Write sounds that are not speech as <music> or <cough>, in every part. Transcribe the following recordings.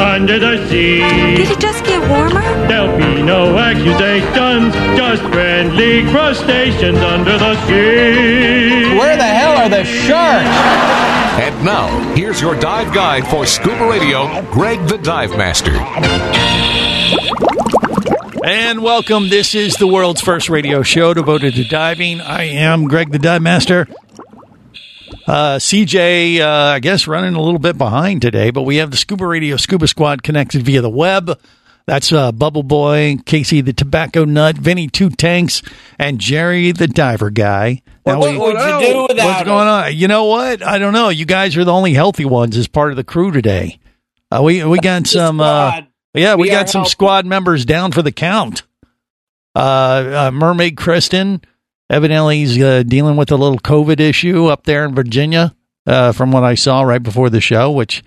under the sea. Did it just get warmer? There'll be no accusations, just friendly crustaceans under the sea. Where the hell are the sharks? And now, here's your dive guide for scuba radio, Greg the Dive Master. And welcome. This is the world's first radio show devoted to diving. I am Greg the Dive Master. Uh, CJ, uh, I guess, running a little bit behind today, but we have the Scuba Radio Scuba Squad connected via the web. That's uh, Bubble Boy, Casey the Tobacco Nut, Vinny Two Tanks, and Jerry the Diver Guy. Now we- What would you do without What's going on? You know what? I don't know. You guys are the only healthy ones as part of the crew today. Uh, we we got some. Uh, squad. yeah, we, We got are some healthy. squad members down for the count. Uh, uh, Mermaid Kristen evidently is uh, dealing with a little COVID issue up there in Virginia. Uh, from what I saw right before the show, which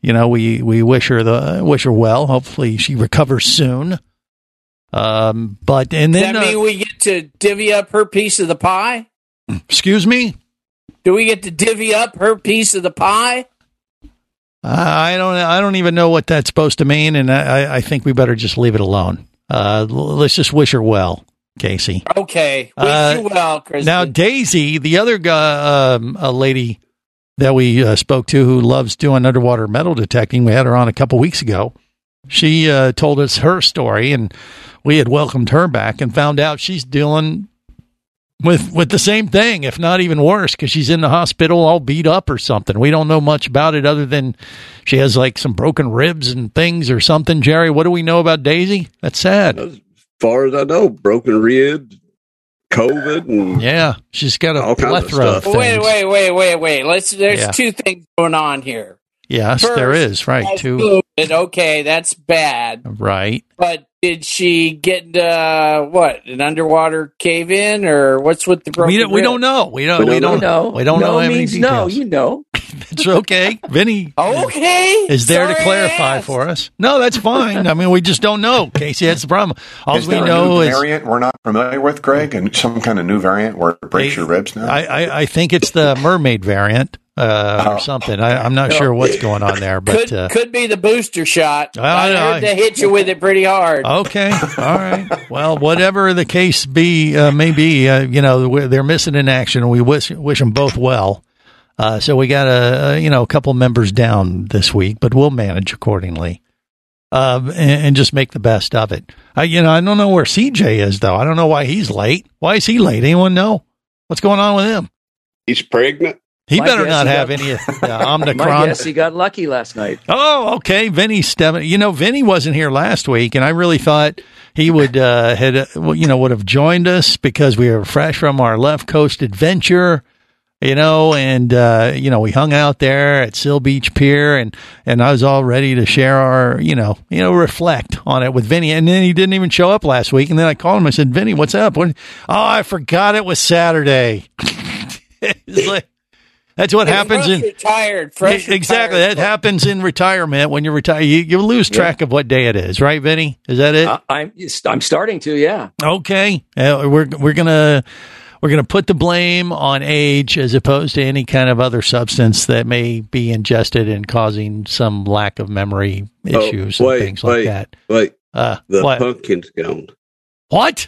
you know we we wish her the wish her well. Hopefully she recovers soon. Um, but and Does then that mean uh, we get to divvy up her piece of the pie? excuse me, Do we get to divvy up her piece of the pie? I don't. I don't even know what that's supposed to mean, and I, I- I think we better just leave it alone. Uh, l- let's just wish her well, Casey. Okay. Wish Uh, you well, Kristen. Now, Daisy, the other gu- um, a lady that we uh, spoke to who loves doing underwater metal detecting, we had her on a couple weeks ago. She uh, told us her story, and we had welcomed her back and found out she's dealing with with the same thing, if not even worse, because she's in the hospital all beat up or something. We don't know much about it other than she has like some broken ribs and things or something. Jerry, what do we know about Daisy? That's sad. As far as I know, broken rib, COVID, and Yeah, she's got a All kinds of plethora of, stuff. things. wait, wait, wait, wait, wait. Let's. There's Yeah. two things going on here. Yes, First, there is right That's two. good. Okay, that's bad. Right. But did she get uh, what an underwater cave in, or what's with the broken? We don't. We rib? don't know. We don't. We don't know. We don't know. any details. know. It's okay. Vinny Okay. is there to Sorry I clarify asked. for us. No, that's fine. I mean, we just don't know, Casey. That's the problem. All Is we there a know new is variant we're not familiar with, Greg, and some kind of new variant where it breaks They- your ribs now? I, I. I think it's the mermaid variant uh, or something. I, I'm not sure what's going on there, but. Could Uh, could be the booster shot. I- I, I- heard they hit you with it pretty hard. Okay. All right. Well, whatever the case be, uh, may be, uh, you know, we're- they're missing in action, and we wish wish them both well. Uh, so we got a, a you know a couple members down this week, but we'll manage accordingly, uh, and, and just make the best of it. I, you know, I don't know where CJ is though. I don't know why he's late. Why is he late? Anyone know what's going on with him? he's pregnant. He My better guess not he have got- any <laughs> uh, My Omicron. guess he got lucky last night. Oh, okay. Vinny Stebbins. You know, Vinny wasn't here last week, and I really thought he would uh, had uh, well, you know would have joined us because we were fresh from our left coast adventure. You know, and uh, you know we hung out there at Seal Beach Pier, and and I was all ready to share our you know you know reflect on it with Vinny, and then he didn't even show up last week, and then I called him. I said, Vinny, what's up? What, oh, I forgot it was Saturday. <laughs> It's like- that's what happens in retired. Fresh yeah, exactly. retired. That happens in retirement. When you retire, you, you lose track of what day it is, right, Vinny? Is that it? I, I'm I'm starting to, yeah. okay. Uh, we're we're gonna we're gonna put the blame on age as opposed to any kind of other substance that may be ingested and causing some lack of memory issues wait, and things like wait. that. Like Uh, the what? pumpkin's gone. what?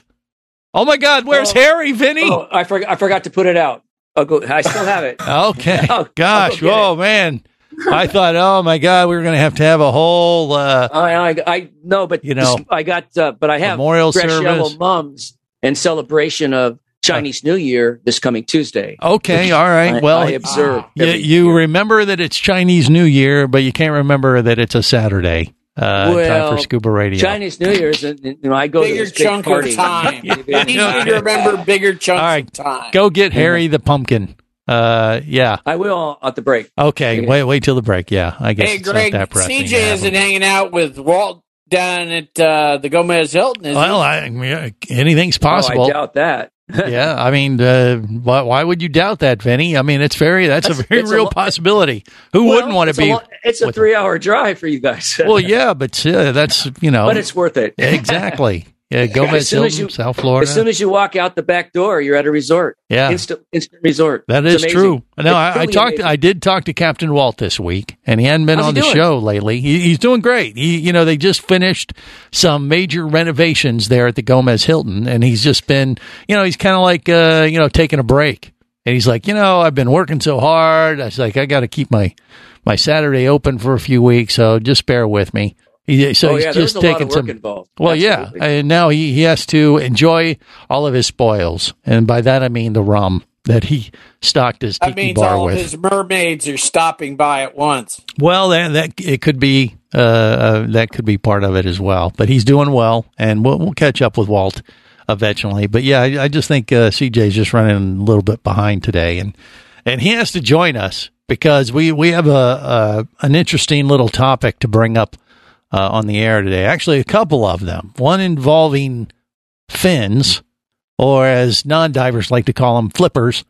Oh my God! Where's Oh. Harry, Vinny? Oh, I forgot I forgot to put it out. I'll go, I still have it. Okay. I'll- I'll go Gosh. get it. Oh man. I thought, oh my God, we were gonna have to have a whole. Uh, I, I, I no, but You know, this- I got uh, but I have memorial fresh yellow service. mums and celebration of Chinese New Year this coming Tuesday. okay. All right. I- well, I observe. You, every you year. remember that it's Chinese New Year, but you can't remember that it's a Saturday. uh, in time for Well, scuba radio. Chinese New Year's, and you know, I go to bigger this big chunk party. of <laughs> time. Yeah. You need to remember <laughs> bigger chunks All right, of time. Go get Harry the pumpkin. Uh, yeah. I will at the break. Okay. Wait. Wait till the break. Yeah. I guess. Hey, it's not Greg, that pressing. CJ Yeah. isn't hanging out with Walt down at uh, the Gomez Hilton, is he? Well, I, yeah, anything's Oh, possible. I doubt that. yeah, I mean, uh, why, why would you doubt that, Vinny? I mean, it's very that's, a That's- very it's a real lo- possibility. Who Well, wouldn't want it's to a be? lo- it's a with- three-hour drive for you guys. well, yeah, but uh, that's you know, <laughs> but it's worth it. exactly. Yeah, Gomez soon as Hilton, you- South Florida. As soon as you walk out the back door, you're at a resort. yeah, Instant, instant resort. that It's is amazing. true. No, It's I, I truly talked. amazing. I did talk to Captain Walt this week, and he hadn't been How's on he the doing? show lately. He, he's doing great. He, you know, they just finished some major renovations there at the Gomez Hilton, and he's just been, you know, he's kind of like, uh, you know, taking a break. And he's like, you know, I've been working so hard. I was like, I got to keep my my Saturday open for a few weeks, so just bear with me. He, so oh he's yeah, there's just a lot taking of work some. involved. Well, Absolutely. yeah, and now he, he has to enjoy all of his spoils, and by that I mean the rum that he stocked his That tiki means bar all of with. his mermaids are stopping by at once. well, that, that it could be uh, uh, that could be part of it as well. But he's doing well, and we'll, we'll catch up with Walt eventually. But yeah, I, I just think uh, CJ's just running a little bit behind today, and and he has to join us because we we have a, a an interesting little topic to bring up uh, on the air today. Actually, a couple of them. One involving fins, or as non divers like to call them, flippers.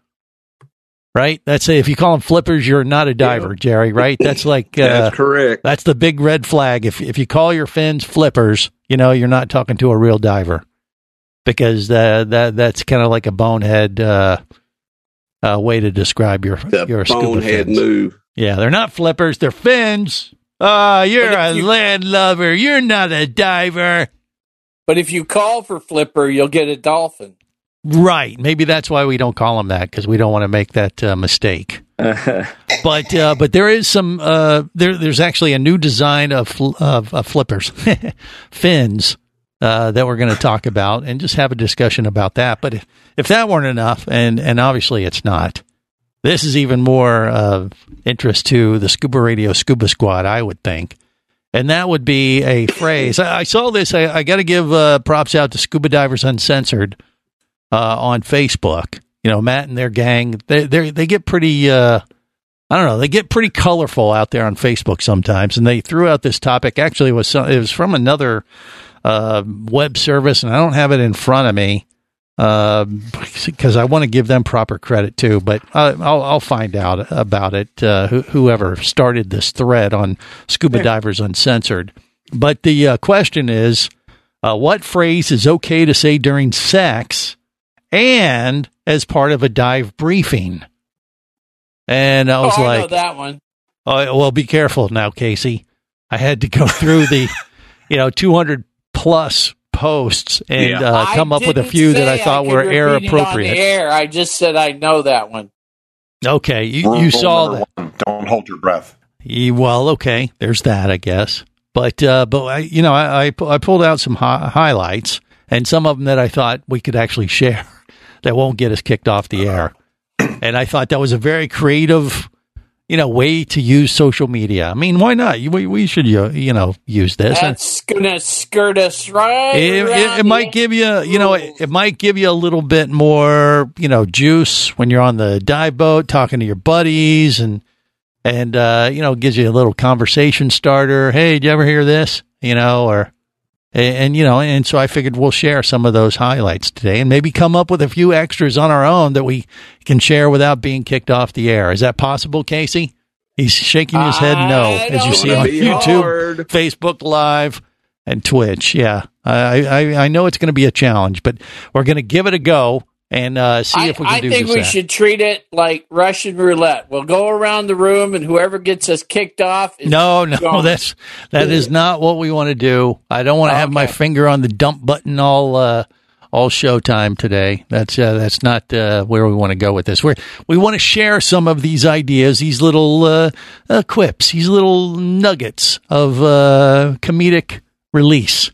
Right? That's it. If you call them flippers, you're not a diver, Jerry. Right? That's like uh, That's correct. that's the big red flag. If if you call your fins flippers, you know you're not talking to a real diver because that that that's kind of like a bonehead uh, uh, way to describe your your The scuba bonehead fins. move. Yeah, they're not flippers. They're fins. Ah, you're But a if you- landlubber. You're not a diver. But if you call for Flipper, you'll get a dolphin. Right. Maybe that's why we don't call them that because we don't want to make that uh, mistake. but uh, but there is some uh, there. There's actually a new design of fl- of, of flippers <laughs> fins uh, that we're going to talk about and just have a discussion about that. But if, if that weren't enough, and and obviously it's not. This is even more of interest to the Scuba Radio Scuba Squad, I would think. And that would be a phrase. I, I saw this. I, I got to give uh, props out to Scuba Divers Uncensored uh, on Facebook. You know, Matt and their gang, they they they get pretty. Uh, I don't know. They get pretty colorful out there on Facebook sometimes, and they threw out this topic. Actually, it was some, it was from another uh, web service, and I don't have it in front of me because I want to give them proper credit too. But I, I'll, I'll find out about it. Uh, who, whoever started this thread on Scuba Divers Uncensored. But the uh, question is, uh, what phrase is okay to say during sex and as part of a dive briefing? And I was oh, I know like, that one. Oh, well, be careful now, Casey. I had to go <laughs> through the, you know, 200 plus posts and Yeah. uh, come up with a didn't few that say I thought could were repeat it air on the appropriate. air. I just said I know that one. Okay, you, Rule you saw number that. One, don't hold your breath. Ye- E, Well, okay, there's that, I guess. But uh, but I, you know, I, I pu- I pulled out some hi- highlights and some of them that I thought we could actually <laughs> share that won't get us kicked off the air. And I thought that was a very creative, you know, way to use social media. I mean, why not? You- We, we should uh, you you know use this. And- That's gonna skirt us right. it, it, around it might the- give you you know it, it might give you a little bit more you know juice when you're on the dive boat talking to your buddies and and uh, you know gives you a little conversation starter hey did you ever hear this you know or and, and you know and so i figured we'll share some of those highlights today and maybe come up with a few extras on our own that we can share without being kicked off the air is that possible casey he's shaking his head no I as you don't see know. on Be youtube hard. Facebook Live and Twitch. Yeah, I I, I know it's going to be a challenge, but we're going to give it a go and uh, see I, if we can I do think just we that. should treat it like Russian roulette. We'll go around the room, and whoever gets us kicked off. Is, no, no, Gone. <laughs> that's that is not what we want to do. I don't want to have my Okay. finger on the dump button all uh, all showtime today. That's uh, that's not uh, where we want to go with this. We we want to share some of these ideas, these little uh, uh, quips, these little nuggets of uh, comedic release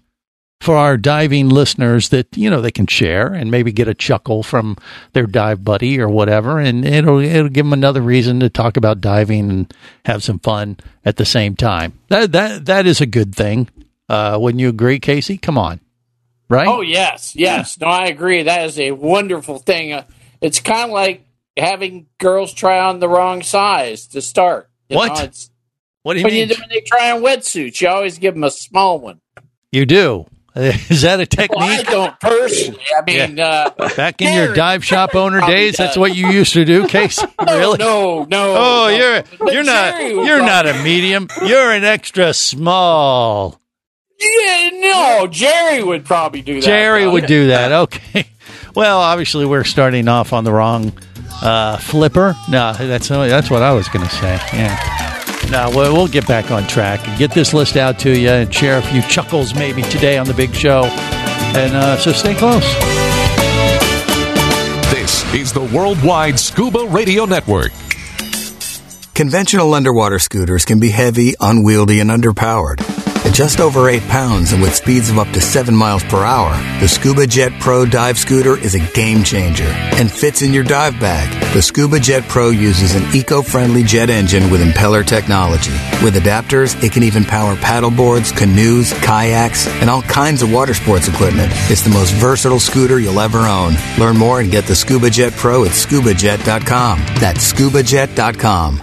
for our diving listeners that you know they can share and maybe get a chuckle from their dive buddy or whatever, and it'll it'll give them another reason to talk about diving and have some fun at the same time. That that that is a good thing. Uh, wouldn't you agree, Casey? Come on, right? Oh yes, yes. No, I agree. That is a wonderful thing. Uh, It's kind of like having girls try on the wrong size to start. You What? know, it's- What do you when, you, mean? when they try on wetsuits, you always give them a small one. You do. <laughs> Is that a Well, I technique? don't personally. I mean, <laughs> uh, Back in your Darren dive shop <laughs> owner probably days, that's does. what you used <laughs> to do, Casey. Really? no, no. Oh, no. you're But you're not Jerry would you're probably- not a medium. You're an extra small. Yeah, no. Jerry would probably do that. Jerry though. would do that. <laughs> Okay. Well, obviously we're starting off on the wrong uh, flipper. No, that's that's what I was going to say. Yeah. No, we'll, we'll get back on track and get this list out to you and share a few chuckles maybe today on the big show. And uh, so stay close. This is the Worldwide Scuba Radio Network. Conventional underwater scooters can be heavy, unwieldy, and underpowered. At just over 8 pounds and with speeds of up to 7 miles per hour, the Scuba Jet Pro dive scooter is a game changer and fits in your dive bag. The Scuba Jet Pro uses an eco-friendly jet engine with impeller technology. With adapters, it can even power paddle boards, canoes, kayaks, and all kinds of water sports equipment. It's the most versatile scooter you'll ever own. Learn more and get the Scuba Jet Pro at scubajet.com. That's scubajet.com.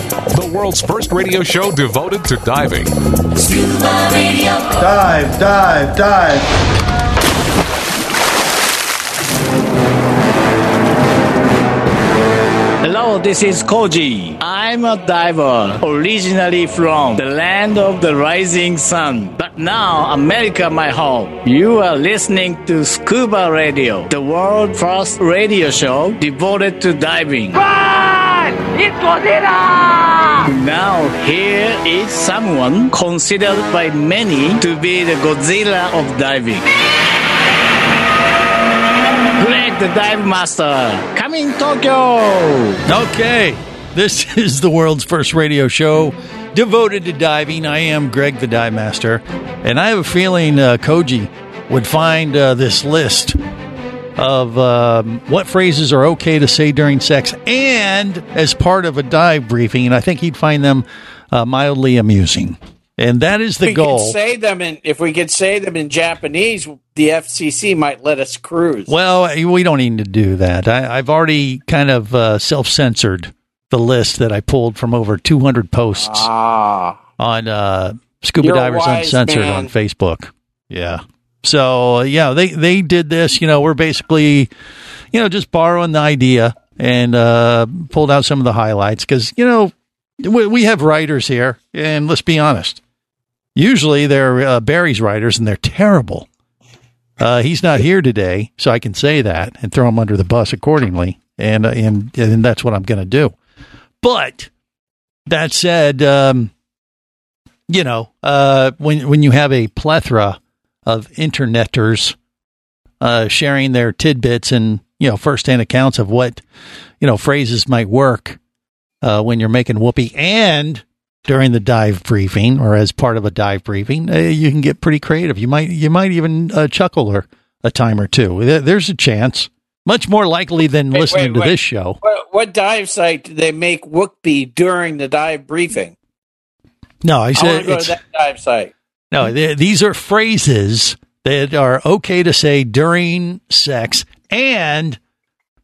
The world's first radio show devoted to diving. Scuba Radio. Dive, dive, dive. Hello, this is Koji. I'm a diver, originally from the land of the rising sun, but now America my home. You are listening to Scuba Radio, the world first radio show devoted to diving. Now here is someone considered by many to be the Godzilla of diving. Greg the Dive Master, coming Tokyo! Okay, this <laughs> is the world's first radio show devoted to diving. I am Greg the Dive Master, and I have a feeling uh, Koji would find uh, this list of um, what phrases are okay to say during sex and as part of a dive briefing, and I think he'd find them uh, mildly amusing. And that is the we goal. Could say them in, if we could say them in Japanese, the FCC might let us cruise. Well, we don't need to do that. I, I've already kind of uh, self censored the list that I pulled from over 200 posts Ah. on uh, Scuba You're a Divers wise Uncensored man. on Facebook. Yeah. So, yeah, they, they did this. You know, we're basically, you know, just borrowing the idea and uh, pulled out some of the highlights because you know we, we have writers here, and let's be honest. Usually they're uh, Barry's writers, and they're terrible. Uh, he's not here today, so I can say that and throw him under the bus accordingly, and uh, and and that's what I'm going to do. But that said, um, you know, uh, when when you have a plethora of interneters uh, sharing their tidbits and you know firsthand accounts of what you know phrases might work uh, when you're making whoopee and during the dive briefing or as part of a dive briefing, uh, you can get pretty creative. You might you might even uh, chuckle or a time or two. There- There's a chance, much more likely than Wait, listening wait, to wait. this show. What, what dive site do they make Wookbee during the dive briefing? No, I I want said to go it's, to that dive site. no. th- these are phrases that are okay to say during sex and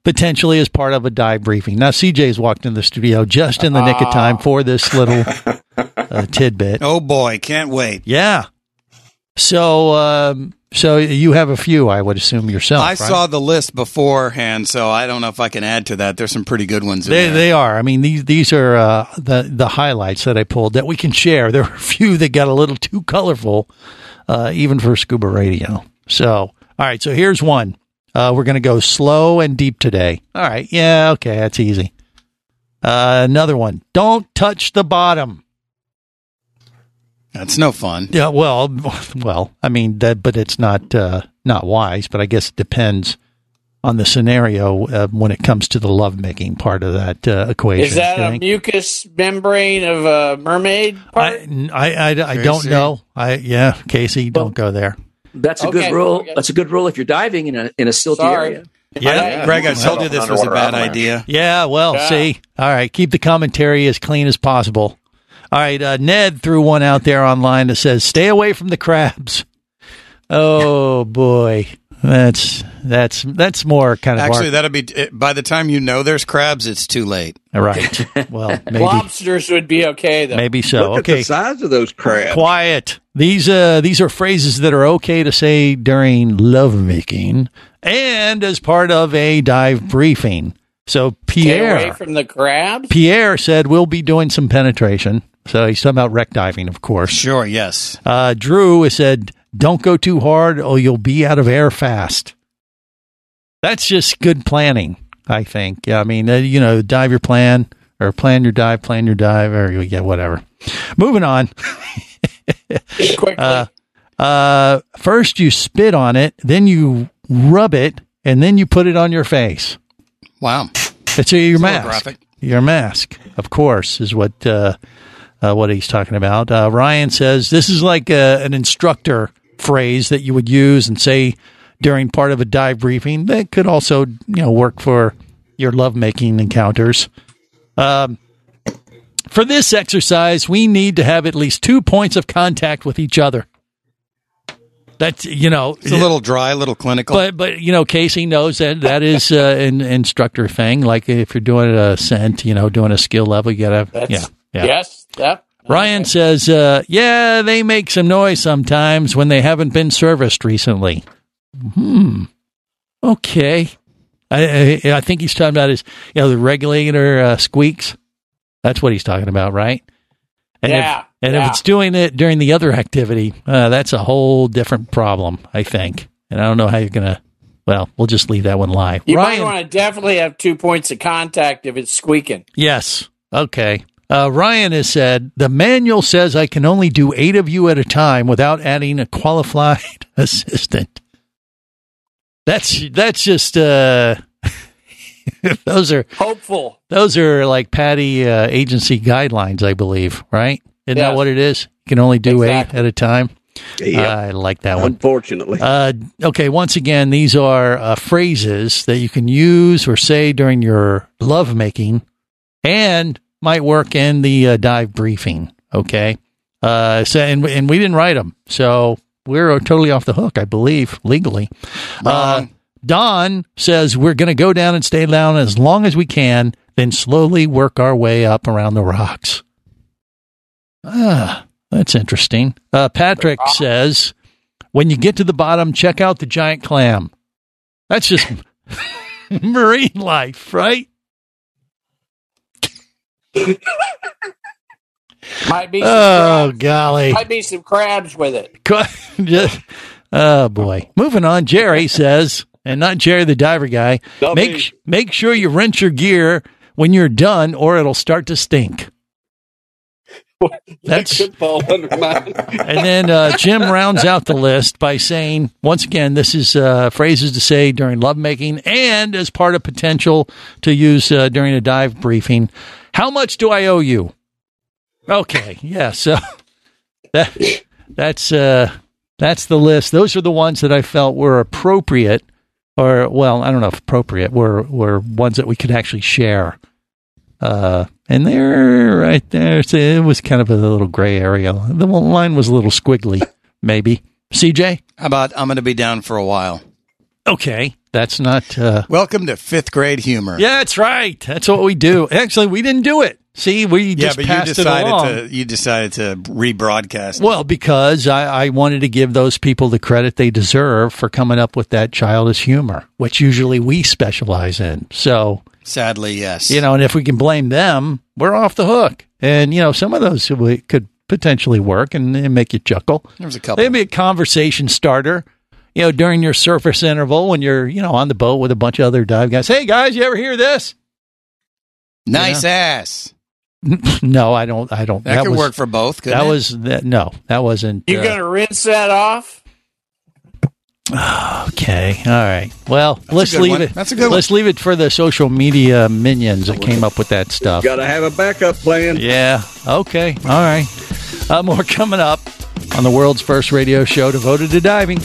potentially as part of a dive briefing. Now, CJ's walked in the studio just in the nick of time for this <laughs> little uh, tidbit. Oh boy, can't wait. Yeah. So, um, so you have a few, I would assume yourself. I right? saw the list beforehand, so I don't know if I can add to that. There's some pretty good ones. In They, there. they are. I mean, these these are uh, the the highlights that I pulled that we can share. <laughs> There were a few that got a little too colorful, uh, even for scuba radio. So, all right. So here's one. Uh, we're going to go slow and deep today. All right. Yeah. Okay. That's easy. Uh, another one. Don't touch the bottom. That's no fun. Yeah. Well. <laughs> Well. I mean that, but it's not uh, not wise. But I guess it depends on the scenario uh, when it comes to the lovemaking part of that uh, equation. Is that okay? a mucus membrane of a mermaid part? N- I, I, I don't Casey? know. I yeah, Casey, don't go there. That's a Okay, good rule. okay. That's a good rule if you're diving in a in a silty Sorry. area. Yeah, Greg, I told you this was a bad idea. Yeah, well, Yeah. see, all right, keep the commentary as clean as possible. All right, uh, Ned threw one out there online that says, "Stay away from the crabs." Oh boy, that's that's that's more kind of our- Actually, that'll be by the time you know there's crabs, it's too late. <laughs> right. Well, maybe Lobsters would be okay though. Maybe so. Look at the Okay. size of those crabs. Quiet. These uh these are phrases that are okay to say during lovemaking and as part of a dive briefing. So Pierre Stay away from the crabs. Pierre said we'll be doing some penetration. So he's talking about wreck diving, of course. Sure, yes. Uh, Drew has said, don't go too hard or you'll be out of air fast. That's just good planning, I think. Yeah, I mean, uh, you know, dive your plan or plan your dive, plan your dive, or yeah, whatever. Moving <laughs> on. Quickly. Uh, uh, first, you spit on it, then you rub it, and then you put it on your face. Wow. It's your little mask. graphic. Your mask, of course, is what uh, uh, what he's talking about. Uh, Ryan says this is like uh an instructor phrase that you would use and say during part of a dive briefing. That could also you know work for your lovemaking encounters. Um, for this exercise, we need to have at least two points of contact with each other. That's you know It's a little dry, a little clinical. but but you know, Casey knows that that is uh, an instructor thing. Like if you're doing a scent, you know, doing a skill level, you gotta yeah yeah. Yes. Yep. Ryan says, uh, yeah, they make some noise sometimes when they haven't been serviced recently. Hmm. Okay. I, I, I think he's talking about his, you know, the regulator uh, squeaks. That's what he's talking about, right? And Yeah, If, and if yeah. it's doing it during the other activity, uh, that's a whole different problem, I think. And I don't know how you're going to, well, we'll just leave that one live. You Ryan, might want to definitely have two points of contact if it's squeaking. Yes. Okay. Uh, Ryan has said the manual says I can only do eight of you at a time without adding a qualified <laughs> assistant. That's that's just uh, <laughs> those are Hopeful. those are like Patty uh, agency guidelines, I believe. Right? Isn't that Yes. what it is? You can only do eight at a time. I like that one. Unfortunately. Uh, okay, once again, these are uh, phrases that you can use or say during your lovemaking and might work in the uh, dive briefing. Okay. Uh, so, and, and we didn't write them. So we're totally off the hook, I believe, legally. Uh, Don says we're going to go down and stay down as long as we can, then slowly work our way up around the rocks. Ah, that's interesting. Uh, Patrick says, when you get to the bottom, check <laughs> out the giant clam. That's just marine life, right? Might be. some Oh, crabs. golly. Might be some crabs with it. <laughs> Just- oh boy. Moving on, Jerry says, and not Jerry the diver guy. Not Make me. sh- make sure you rinse your gear when you're done, or it'll start to stink. That's Could fall under mine. and then uh, Jim rounds out the list by saying, once again, this is uh, phrases to say during lovemaking and as part of potential to use uh, during a dive briefing. How much do I owe you? Okay, yeah. So that, that's uh, that's the list. Those are the ones that I felt were appropriate, or well, I don't know if appropriate were were ones that we could actually share. Uh, and there, right there, it's- it was kind of a little gray area. The one line was a little squiggly, maybe. CJ? How about I'm going to be down for a while? Okay. That's not. Uh, Welcome to fifth grade humor. yeah, that's right. That's what we do. Actually, we didn't do it. See, we yeah, just but you passed it along. decided to you decided to rebroadcast. Well, because I, I wanted to give those people the credit they deserve for coming up with that childish humor, which usually we specialize in. So, Sadly, yes. you know, and if we can blame them, we're off the hook. And, you know, some of those we- could potentially work and, and make you chuckle. There was a couple. It'd be a conversation starter, you know, during your surface interval when you're, you know, on the boat with a bunch of other dive guys. Hey, guys, you ever hear this? nice ass. <laughs> no, I don't. I don't. That, could was- work for both. couldn't That it? was that, no, that wasn't. You uh, gonna rinse that off? <sighs> Okay. All right. Well, let's good leave one. it. That's a good one. Let's leave it for the social media minions that came up with that stuff. <laughs> Gotta have a backup plan. Yeah. Okay. All right. Uh, more coming up on the world's first radio show devoted to diving.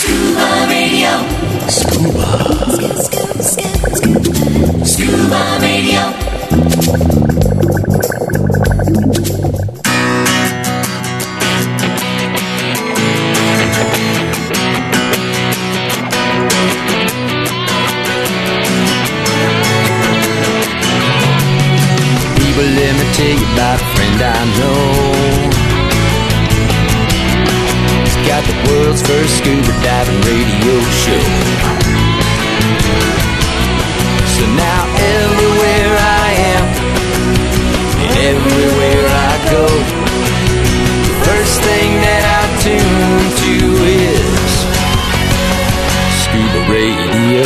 Scuba radio. Scuba. Scuba radio. People, let me tell you about a friend I know. He's got the world's first scuba diving radio show. So now everywhere I am, and everywhere I go, the first thing that I tune to is scuba radio.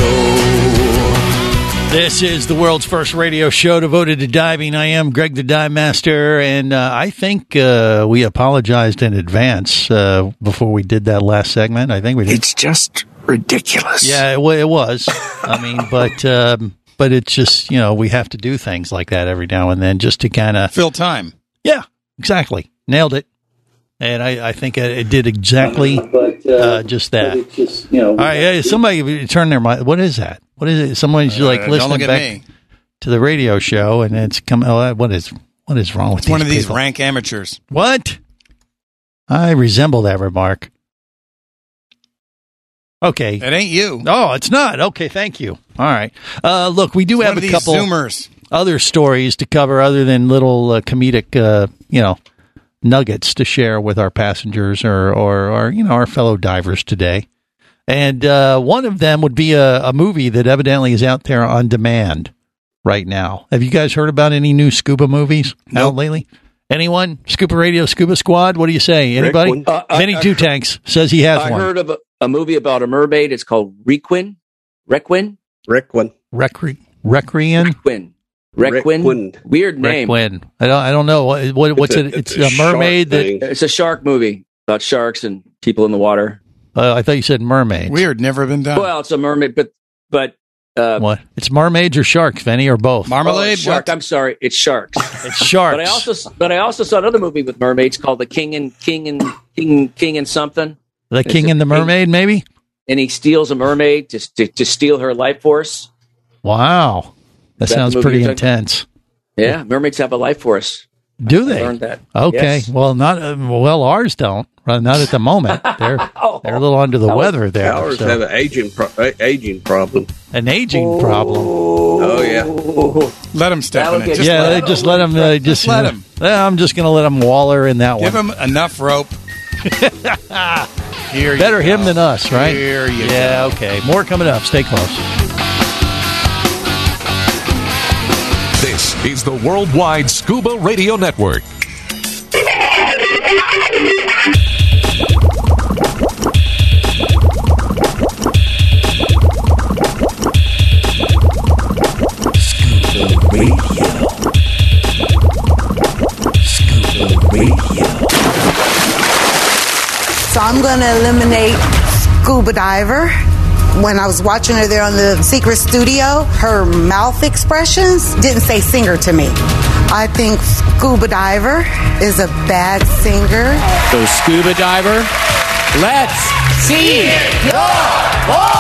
This is the world's first radio show devoted to diving. I am Greg the Dive Master, and uh, I think uh, we apologized in advance uh, before we did that last segment. I think we did. It's just ridiculous. Yeah, it, wa- it was. I <laughs> mean, but um, but it's just you know we have to do things like that every now and then just to kind of fill time. yeah exactly nailed it, and I, I think it, it did exactly uh, just that. you know, All right, yeah, somebody turn their mind. What is that? What is it? Someone's like Uh, don't listening look at back me. to the radio show, and it's come. Oh, what is what is wrong with It's one of these people? rank amateurs. What? I resemble that remark. Okay. It ain't you. Oh, it's not. Okay, thank you. All right. Uh, look, we do It's have one of a these couple Zoomers. other stories to cover other than little uh, comedic, uh, you know, nuggets to share with our passengers or, or, or you know, our fellow divers today. And uh, one of them would be a, a movie that evidently is out there on demand right now. Have you guys heard about any new scuba movies out lately? Anyone? Scuba Radio, Scuba Squad? What do you say? Rick, Anybody? one- Uh, I- Vinny I- Two Tanks says he has I one. heard of a, a movie about a mermaid. It's called Requin. Requin. Requin. Recre- Recrean? Requin. Requin. Requin. Weird name. Requin. I don't. I don't know what. what what's it? It's, a, shark mermaid that. thing. It's a shark movie about sharks and people in the water. Uh, I thought you said mermaid. Weird. Never been done. Well, it's a mermaid, but but uh, What? It's mermaids or sharks, Vinny, or both. oh, Marmalade. it's shark. I'm sorry, it's sharks. it's sharks. But I also but I also saw another movie with mermaids called The King and King and King King and something. the king and the mermaid, maybe. And he steals a mermaid to to, to steal her life force. Wow, that, That sounds movie pretty you're talking- intense. Yeah, mermaids have a life force. Do they? learned that. Okay. Yes. Well, not uh, well. Ours don't. Well, Not at the moment. They're they're a little under the weather there. Ours so- have an aging pro- a- aging problem. An aging problem. Oh yeah, Let him step in it. That'll Just yeah, let they him. just let them. They just, let 'em. <laughs> Yeah, I'm just going to let them waller in that give one. him enough rope. Here Better him than us, right? Here you yeah, okay. More coming up. Stay close. This is the Worldwide Scuba Radio Network. So I'm going to eliminate scuba diver. When I was watching her there on the secret studio, her mouth expressions didn't say singer to me. I think scuba diver is a bad singer. So, scuba diver, let's see it.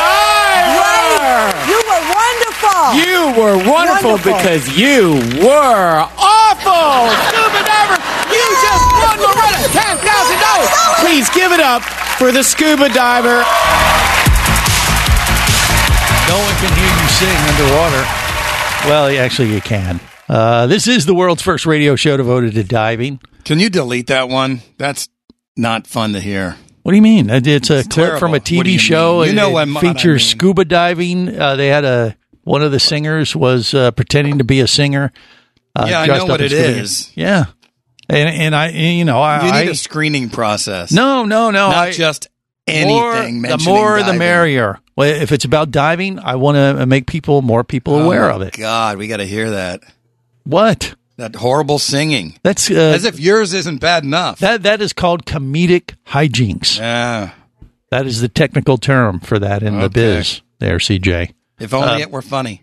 Right? You were wonderful. You were wonderful, because you were awful. Scuba diver, you just won Loretta ten thousand dollars. Please give it up for the scuba diver. No one can hear you sing underwater. Well, yeah, actually, you can. Uh, this is the world's first radio show devoted to diving. Can you delete that one? That's not fun to hear. What do you mean? It- It's a clip terrible. from a What do you TV mean? show. You It- know it what I'm- what I features mean. scuba diving. Uh, they had a one of the singers was uh, pretending to be a singer. Uh, Yeah, I dressed know up what in it scuba- is. Yeah, and and I and, you know I You need I- a screening process. no no no not I- just more- anything. the mentioning more the diving. merrier. Well, if it's about diving, I want to make people more people Oh aware my of it. God, we got to hear that. What? That horrible singing. That's uh, As if yours isn't bad enough. that that is called comedic hijinks. Yeah. That is the technical term for that in the Okay. biz. There, CJ. If only Uh, it were funny.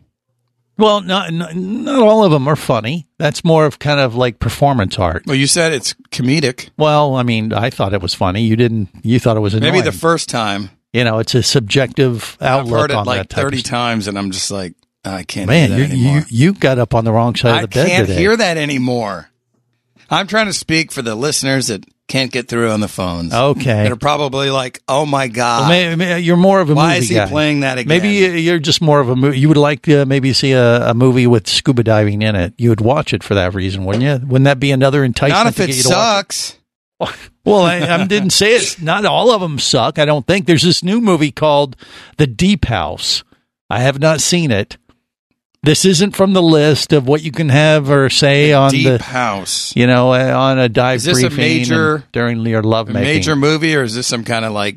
Well, not, not not all of them are funny. That's more of kind of like performance art. Well, you said it's comedic. Well, I mean, I thought it was funny. You didn't. You thought it was annoying. Maybe the first time. you know, it's a subjective I've outlook heard it on like that type. 30 of times, and I'm just like, I stuff. can't Man, hear you, that anymore. you you got up on the wrong side of I the bed can't today. hear that anymore. I'm trying to speak for the listeners that can't get through on the phones. Okay. They're probably like, oh my God. May- may- you're more of a Why movie is he guy. playing that again? Maybe you- you're just more of a movie. You would like to maybe see a, a movie with scuba diving in it. You would watch it for that reason, wouldn't you? Wouldn't that be another enticement? Not if to it get you to watch sucks. <laughs> Well, I, I didn't say it. Not all of them suck. I don't think. There's this new movie called The Deep House. I have not seen it. This isn't from the list of what you can have or say on Deep the, House. you know, uh, on a dive Is this a briefing and major- during your A lovemaking. major movie, or is this some kind of like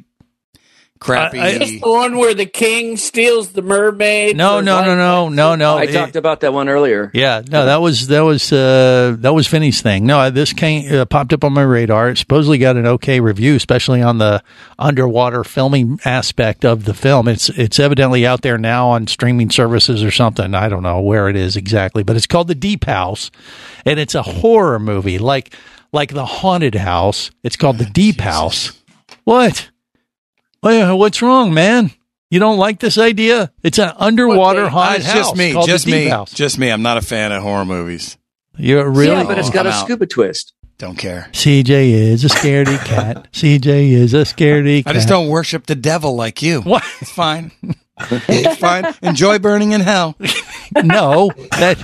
crappy? Is this the one where the king steals the mermaid? No, no, no, no, no, no. I It- talked about that one earlier. Yeah, no, that was that was uh, that was Finney's thing. No, I- this came uh, popped up on my radar. It supposedly got an okay review, especially on the underwater filming aspect of the film. It's it's evidently out there now on streaming services or something. I don't know where it is exactly, but it's called The Deep House, and it's a horror movie like like the haunted house. It's called The Deep House. What? Well, what's wrong, man? You don't like this idea? It's an underwater Ah, haunted it's house just me, called just The Deep me, House. just me. I'm not a fan of horror movies. You're really Yeah, but it's got I'm a out. scuba twist. Don't care. CJ is a scaredy <laughs> cat. CJ is a scaredy cat. I just don't worship the devil like you. What? It's fine. it's fine. Enjoy burning in hell. <laughs> No, that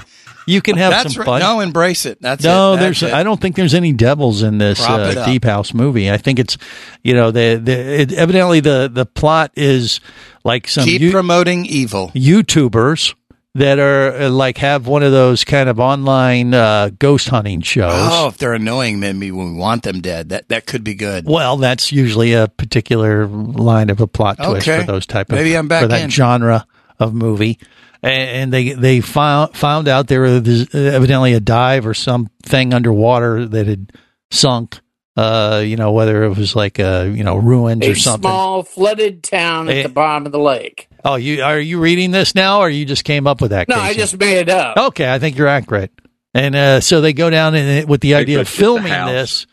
you can have That's some right. fun. No, embrace it. That's No, it. That's there's. it. I don't think there's any devils in this Prop it uh, up. Deep House movie. I think it's, you know, the the it, evidently the the plot is like some keep you- promoting evil. YouTubers that are uh, like have one of those kind of online uh, ghost hunting shows. Oh, if they're annoying, maybe we want them dead. That that could be good. Well, that's usually a particular line of a plot twist Okay. for those type of Maybe I'm back for that in. genre of movie. A- And they they found found out there was evidently a dive or something underwater that had sunk. Uh, you know whether it was like uh, you know ruins A or something. small flooded town at Eh. the bottom of the lake. oh, you are you reading this now, or you just came up with that? No, Casey? I just made it up. Okay, I think you're accurate. And uh, so they go down in it with the idea of It's just a filming house. this.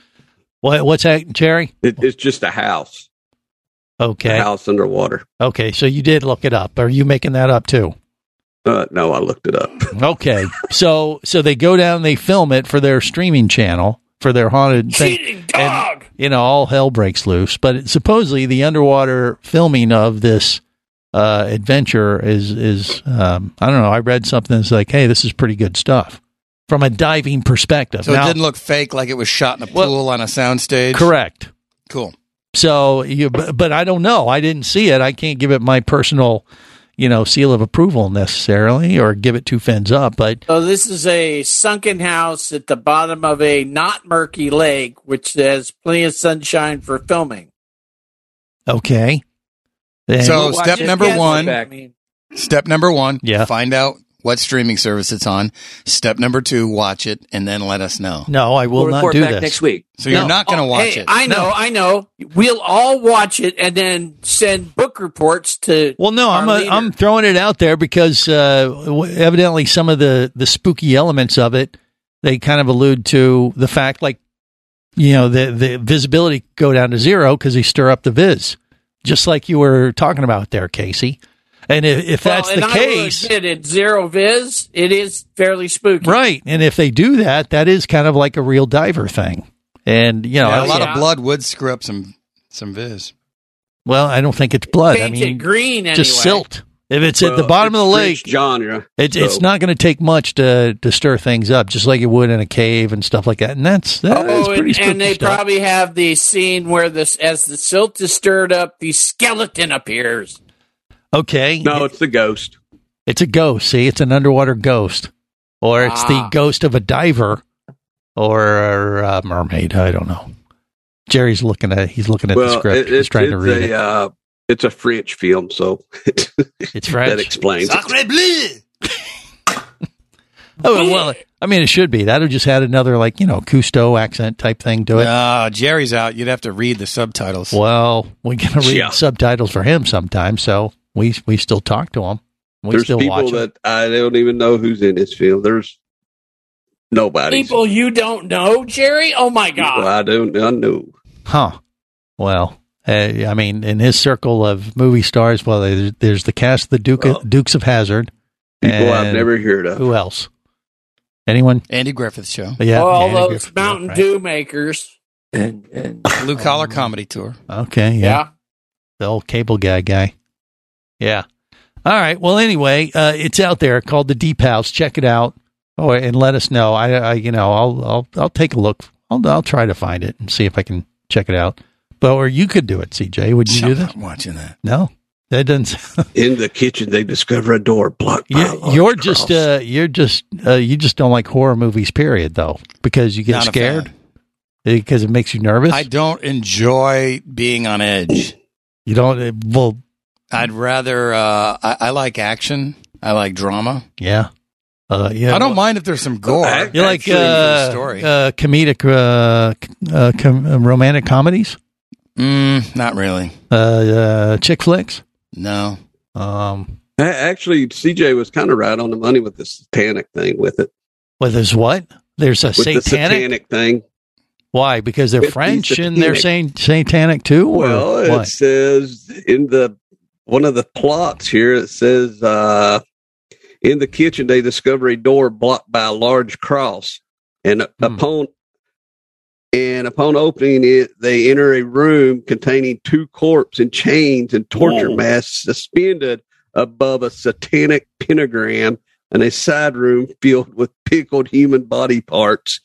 What, what's that, Jerry? <laughs> It, it's just a house. Okay, A house underwater. okay. So you did look it up. Are you making that up too? Uh, no, I looked it up. Okay. So so they go down, they film it for their streaming channel for their haunted thing. And, you know, all hell breaks loose. But it, supposedly the underwater filming of this uh, adventure is is um, I don't know. I read something that's like, hey, this is pretty good stuff from a diving perspective. So Now- it didn't look fake like it was shot in a pool on a soundstage. Correct. Cool. So you, but, but I don't know. I didn't see it. I can't give it my personal, you know, seal of approval necessarily, or give it two fins up. But So this is a sunken house at the bottom of a not murky lake, which has plenty of sunshine for filming. okay. Then- so Watch Oh, step it. number Yes, one. I mean, Step number one. Yeah. Find out what streaming service it's on. Step number two. Watch it and then let us know. no, I will We'll not report do back this next week. So you're not gonna Oh, watch hey, it. I know, I know. We'll all watch it and then send book reports to. Well, no, I'm a, I'm throwing it out there because uh, w- evidently some of the the spooky elements of it they kind of allude to the fact like you know the the visibility go down to zero because they stir up the viz, just like you were talking about there, Casey. And if, if that's and the I will case, admit it zero viz. It is fairly spooky. right? And if they do that, that is kind of like a real diver thing. And you know, Yeah, a I- lot of blood would screw up some some viz. Well, I don't think it's blood. I Paint mean, it green just anyway. silt. If it's at the Well, bottom of the it's lake, French genre. It's it's so- not going to take much to to stir things up, just like it would in a cave and stuff like that. And that's that's Oh, pretty and, spooky and they stuff. probably have the scene where this, as the silt is stirred up, the skeleton appears. okay, no, it's the ghost. It's a ghost. See, it's an underwater ghost, or it's the Ah. ghost of a diver or a mermaid. I don't know. Jerry's looking at he's looking at the script. it- he's trying to it's read a, it. Uh, it's a French film, so <laughs> it's French. That explains. it. <laughs> Oh well, I mean, it should be. That'd have just had another like you know Cousteau accent type thing to it. No, Uh, Jerry's out. You'd have to read the subtitles. Well, we're gonna read Yeah. subtitles for him sometime, so we we still talk to him. We There's still people watch him. that I don't even know who's in this film. There's nobody. People you don't know, Jerry? Oh my God. Well, I don't. I know. Huh. Well, eh, I mean, in his circle of movie stars, well, there's, there's the cast of the Duke Dukes of Hazard. People I've never heard of. Who else? Anyone? Andy Griffith show. Yeah, all Andy those Griffith, Mountain Dew makers. And, and blue collar comedy tour. Okay, yeah. Yeah. The old cable guy guy. Yeah. All right. Well, anyway, uh, it's out there called the Deep House. Check it out, oh, and let us know. I, I you know, I'll, I'll, I'll take a look. I'll, I'll try to find it and see if I can check it out. But or you could do it, CJ. Would you do I'm that? not watching that. No, that doesn't. <laughs> sound- In the kitchen, they discover a door blocked by a You- lock. You're just, uh, you're just, uh, you just don't like horror movies, period, though, because you get Not a scared because it makes you nervous. I don't enjoy being on edge. you don't. uh, Well, I'd rather. Uh, I, I like action. I like drama. yeah, uh, yeah. I don't mind if there's some gore. You like uh, story? uh, comedic, uh, c- uh, com- uh, romantic comedies, mm, not really. uh, uh, chick flicks. No. Um, A- Actually, CJ was kind of right on the money with the satanic thing with it. well, there's what? There's a with the satanic. satanic thing. Why? Because they're With the French and they're saying satanic. satanic too. or Well, it what? says in the one of the plots here. It says uh, in the kitchen they discover a door blocked by a large cross, and upon and upon opening it, they enter a room containing two corpses in chains and torture masks suspended above a satanic pentagram, and a side room filled with pickled human body parts.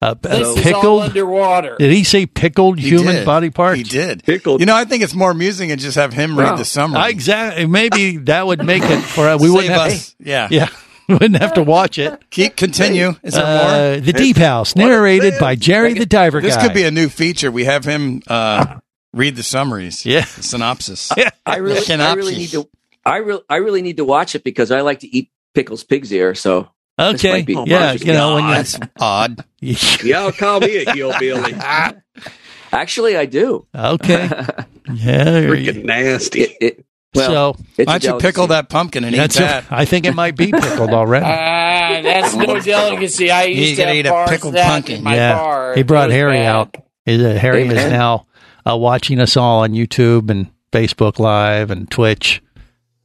Uh, This so- is all underwater. Did he say pickled He human did. body parts? He did. Pickled. You know, I think it's more amusing and just have him read the summary. Exactly. Maybe that would make it for us. We Save wouldn't have, us. Yeah. yeah. <laughs> We wouldn't have to watch it. Keep continue. Is there Uh, more? the Deep House, narrated by Jerry the Diver This Guy. <laughs> could be a new feature. We have him uh, read the summaries. <laughs> Yeah. synopsis. I really, I really need to. I really, I really need to watch it because I like to eat pickles pig's ear. So this <laughs> Okay, might be- yeah, you know, when you- That's odd. Y'all call me a hillbilly. Actually, I <laughs> do. <laughs> okay. <laughs> Yeah. there you- Freaking nasty. well, So- it's a why don't you delicacy. pickle that pumpkin and That's eat a- that? I think it might be pickled <laughs> already. Ah, that's no delicacy. I You used to gotta have eat a bars pickled that pumpkin. in my yeah. bar. He brought It was Harry bad. out. Is uh, Harry is Amen. now uh, watching us all on YouTube and Facebook Live and Twitch.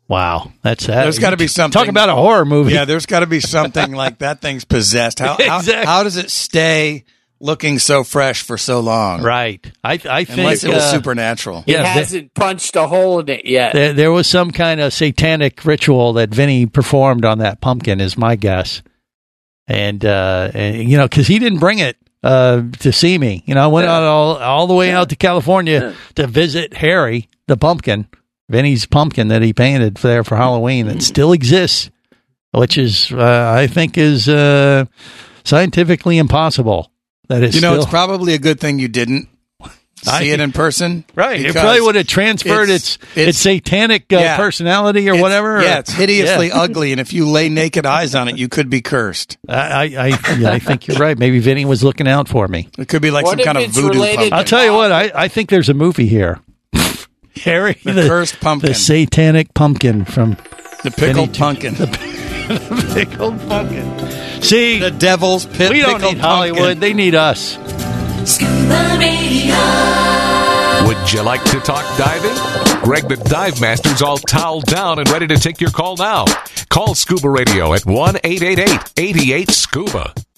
Wow, that's that. There's got to be something. Talk about a horror movie. <laughs> Yeah, there's got to be something like that thing's possessed. How, how Exactly. how does it stay looking so fresh for so long. Right. I I think unless it was uh, supernatural. Yeah, it they- hasn't punched a hole in it yet. There, there was some kind of satanic ritual that Vinny performed on that pumpkin, is my guess. And, uh, and you know, because he didn't bring it uh, to see me. You know, I went out all, all the way out to California to visit Harry, the pumpkin, Vinny's pumpkin that he painted there for Halloween that still exists, which is, uh, I think, is uh, scientifically impossible. That is you know, still- it's probably a good thing you didn't see I- it in person. Right. It because probably would have transferred its it's- its, satanic uh, yeah. personality or it's- whatever. Yeah, it's hideously Yeah. <laughs> ugly, and if you lay naked eyes on it, you could be cursed. I I, I, yeah, I think you're right. Maybe Vinny was looking out for me. It could be like What some if kind of it's voodoo related pumpkin. I'll tell you what. I, I think there's a movie here. <laughs> Harry The cursed pumpkin. the satanic pumpkin from The pickled Vinny- pumpkin. The pickled pumpkin. See, the devil's pit. we don't pickled need Hollywood. pumpkin. They need us. Would you like to talk diving? Greg the Dive Master's all toweled down and ready to take your call now. Call Scuba Radio at 1 888 88 Scuba.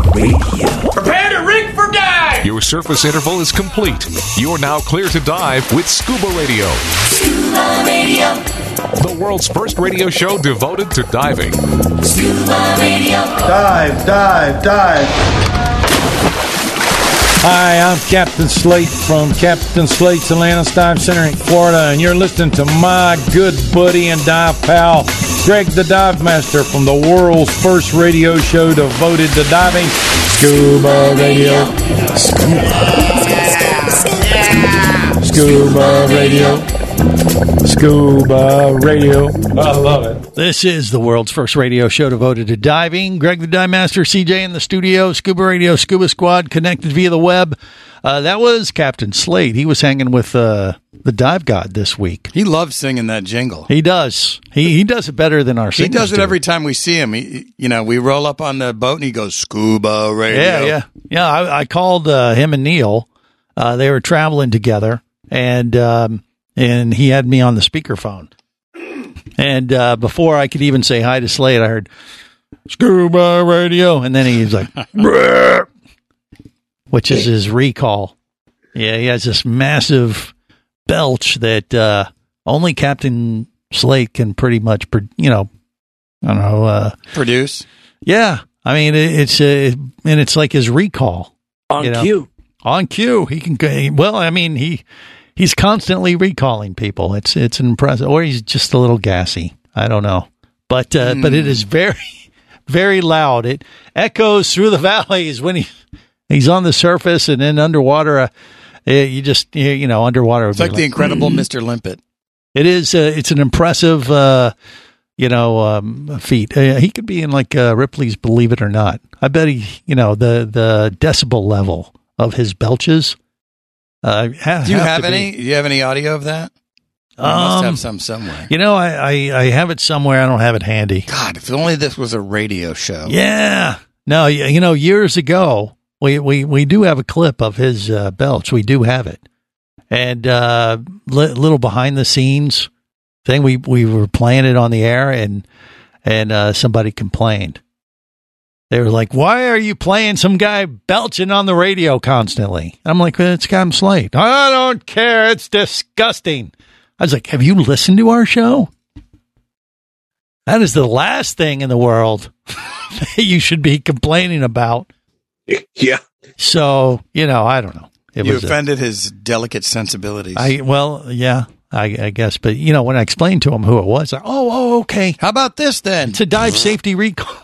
Prepare to rig for dive! Your surface interval is complete. You're now clear to dive with Scuba Radio. The world's first radio show devoted to diving. Dive, dive, dive. Hi, I'm Captain Slate from Captain Slate's Atlantis Dive Center in Florida, and you're listening to my good buddy and dive pal, Greg the Dive Master from the world's first radio show devoted to diving, Scuba Radio. Scuba Radio. Scuba Radio. I love it. This is the world's first radio show devoted to diving. Greg the Dive Master, CJ in the studio, Scuba Radio, Scuba Squad, connected via the web. Uh, that was Captain Slade. He was hanging with uh, the Dive God this week. He loves singing that jingle. He does. He he does it better than our. He singers does it do. every time we see him. He, you know, we roll up on the boat and he goes scuba radio. Yeah, yeah, yeah. I, I called uh, him and Neil. Uh, they were traveling together, and um, and he had me on the speakerphone. And uh, before I could even say hi to Slade, I heard scuba radio, and then he's like, "Brrr," which is his recall. Yeah, he has this massive belch that uh, only Captain Slate can pretty much, pro- you know, I don't know. Uh, Produce. yeah, I mean it, uh, it's a, and it's like his recall On you know? cue. On cue, he can. go- Well, I mean, he he's constantly recalling people. It's it's impressive, or he's just a little gassy. I don't know, but uh, but Hmm. it is very <laughs> very loud. It echoes through the <laughs> valleys when he he's on the surface and then underwater. Uh, eh, you just you- you know underwater. would It's like be the incredible Mr. Limpet. It is. Uh, it's an impressive, uh, you know, um, feat. Uh, he could be in like uh, Ripley's Believe It or Not. I bet he, you know, the the decibel level of his belches. Uh, ha- Do you have, to be- any? Do you have any audio of that? You must Um, have some somewhere. You know, I, I I have it somewhere. I don't have it handy. God, if only this was a radio show. Yeah. No, y- you know, years ago, we, we, we do have a clip of his uh, belch. We do have it. And uh, li- little behind the scenes thing, we, we were playing it on the air and, and uh, somebody complained. They were like, why are you playing some guy belching on the radio constantly? I'm like, "Well, it's Cam Slate. I don't care. It's disgusting. I was like, have you listened to our show? That is the last thing in the world <laughs> that you should be complaining about. <laughs> Yeah. So, you know, I don't know. It you was a- offended his delicate sensibilities. I well, yeah, I, I guess, but you know, when I explained to him who it was, I, oh, oh, okay. How about this then? It's a dive safety recall.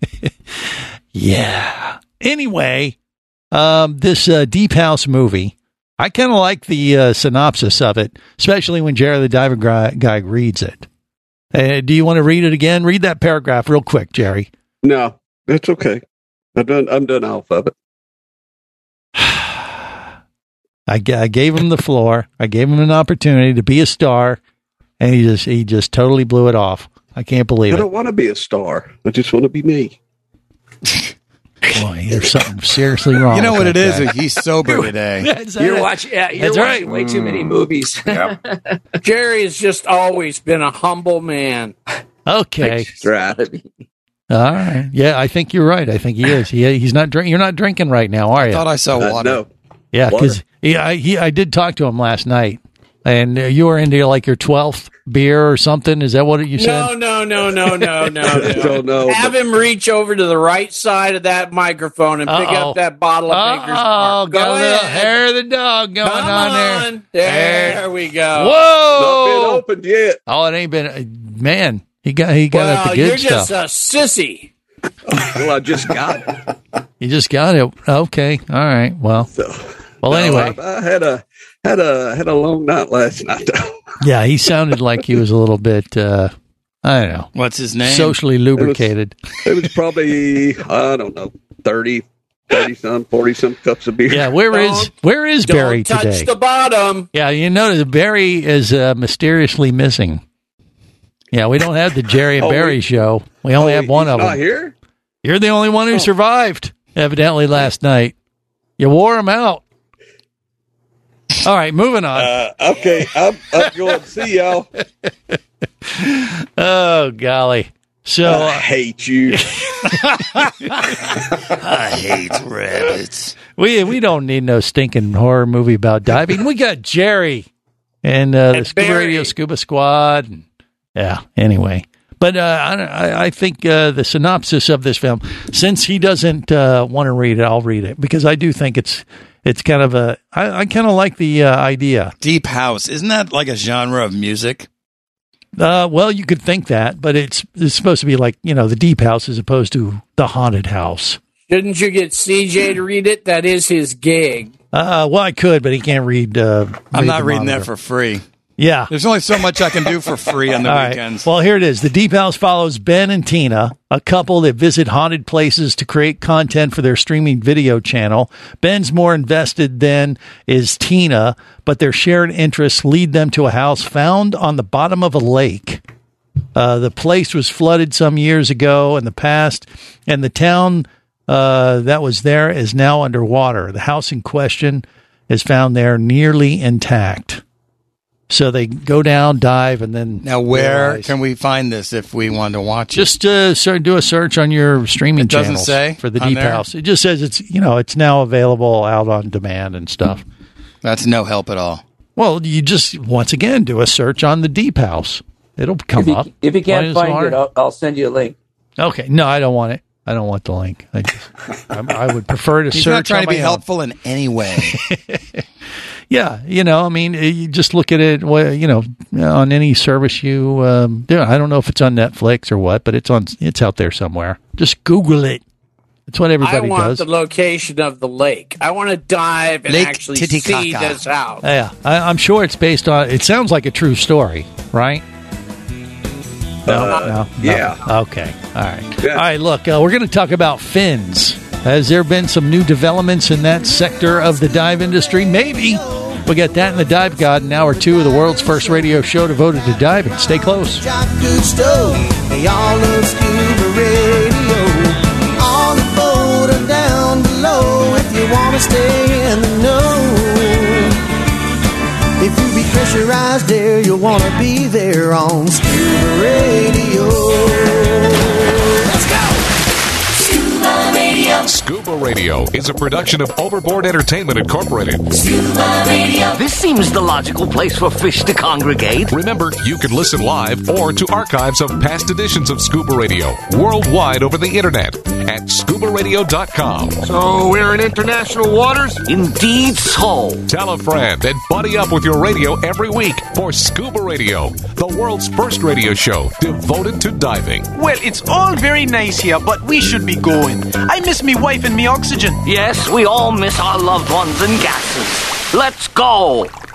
<laughs> yeah. Anyway, um, this uh, Deep House movie, I kind of like the uh, synopsis of it, especially when Jerry the Diver guy, guy reads it. Uh, do you want to read it again? Read that paragraph real quick, Jerry. No, that's okay. I'm done. I'm done off of it. I, ga- I gave him the floor. I gave him an opportunity to be a star, and he just he just totally blew it off. I can't I believe it. don't want to be a star. I just want to be me. Boy, there's something seriously wrong. You know with what it that is? guy. He's <laughs> sober today. You're watching. Yeah, you're That's watching right. way too Mm. many movies. <laughs> Jerry has just always been a humble man. Okay. Right. All right. Yeah, I think you're right. I think he is. He he's not drink. You're not drinking right now, are you? Thought I saw Uh, water. no. Yeah, Water. because I he, I did talk to him last night, and uh, you were into like your twelfth beer or something. Is that what you No, said? no, no, no, <laughs> no, no, <laughs> no. I don't know. Have him reach over to the right side of that microphone and pick Uh-oh. up that bottle of Baker's Oh, Mark. got a little hair of the dog going Come on, there. on. There, we go. Not been Whoa! opened yet. Oh, it ain't been. uh, Man, he got he got Well, at the you're good just stuff. a sissy. Well, I just got it. you just got it. Okay. All right. Well. So, Well, anyway. I, I had a had a had a long night last night. Yeah, he sounded like he was a little bit. uh I don't know. What's his name? Socially lubricated. <laughs> it was probably I don't know 30, 30 some, forty some cups of beer. Yeah, where is where is Don't Barry touch today? the bottom. yeah, you notice Barry is uh, mysteriously missing. Yeah, we don't have the Jerry and Oh, Barry we- show. We oh, only have one of Not them. here. You're the only one who survived, Oh. evidently last night. You wore him out. All right, moving on. Uh, okay, I'm, I'm going to see <laughs> y'all. oh golly. So I uh, hate you. I hate rabbits. we we don't need no stinking horror movie about diving. We got Jerry and uh, the And Scuba Barry. Radio Scuba Squad. And, yeah. Anyway, but uh, I don't- I I think uh, the synopsis of this film, since he doesn't uh, want to read it, I'll read it because I do think it's it's kind of a I, I kind of like the uh, idea. Deep house. Isn't that like a genre of music? Uh, well, you could think that, but it's it's supposed to be like you know the deep house as opposed to the haunted house. Shouldn't you get CJ to read it? That is his gig. Uh, well, I could, but he can't read. Uh, I'm read not the reading monitor. that for free. Yeah. There's only so much I can do for free on the <laughs> All right. weekends. Well, here it is. The Deep House follows Ben and Tina, a couple that visit haunted places to create content for their streaming video channel. Ben's more invested than is Tina, but their shared interests lead them to a house found on the bottom of a lake. Uh, the place was flooded some years ago in the past, and the town uh, that was there is now underwater. The house in question is found there nearly intact. So they go down, dive, and then now, where realize- can we find this if we want to watch it? just uh, ser- do a search on your streaming It doesn't channels say for the on Deep there? House. It just says it's you know it's now available out on demand and stuff. That's no help at all. Well, you just once again do a search on the Deep House. It'll come If you, up if you Why can't is find water- it, I'll, I'll send you a link. Okay, no, I don't want it. I don't want the link. I just, I, I would prefer to He's search. not trying on to be my own. helpful in any way. <laughs> Yeah, you know, I mean, eh, you just look at it. well, You know, on any service you um, do. I don't know if it's on Netflix or what, but it's on. It's out there somewhere. Just Google it. That's what I everybody want does. the location of the lake. I want to dive and Lake actually see Titicaca. this house. Yeah, I, I'm sure it's based on. It sounds like a true story, right? <laughs> No, Uh, no, no. yeah. Okay. All right. All right. Look, uh, we're going to talk about fins. Has there been some new developments in that sector of the dive industry? Maybe. We got that in the Dive God in hour two of the world's first radio show devoted to diving. Stay close. Jack Gusto. They all love scuba radio. On the boat or down below if you want to stay in the know. If you be pressurized there, you'll want to be there on scuba radio. Let's go! Scuba radio. Scuba Radio is a production of Overboard Entertainment Incorporated. This seems the logical place for fish to congregate. Remember, you can listen live or to archives of past editions of Scuba Radio worldwide over the internet at scubaradio.com. So we're in international waters? Indeed so. Tell a friend and buddy up with your radio every week for Scuba Radio, the world's first radio show devoted to diving. Well, it's all very nice here, but we should be going. I miss me wife and me oxygen. Yes, we all miss our loved ones and gases. Let's go.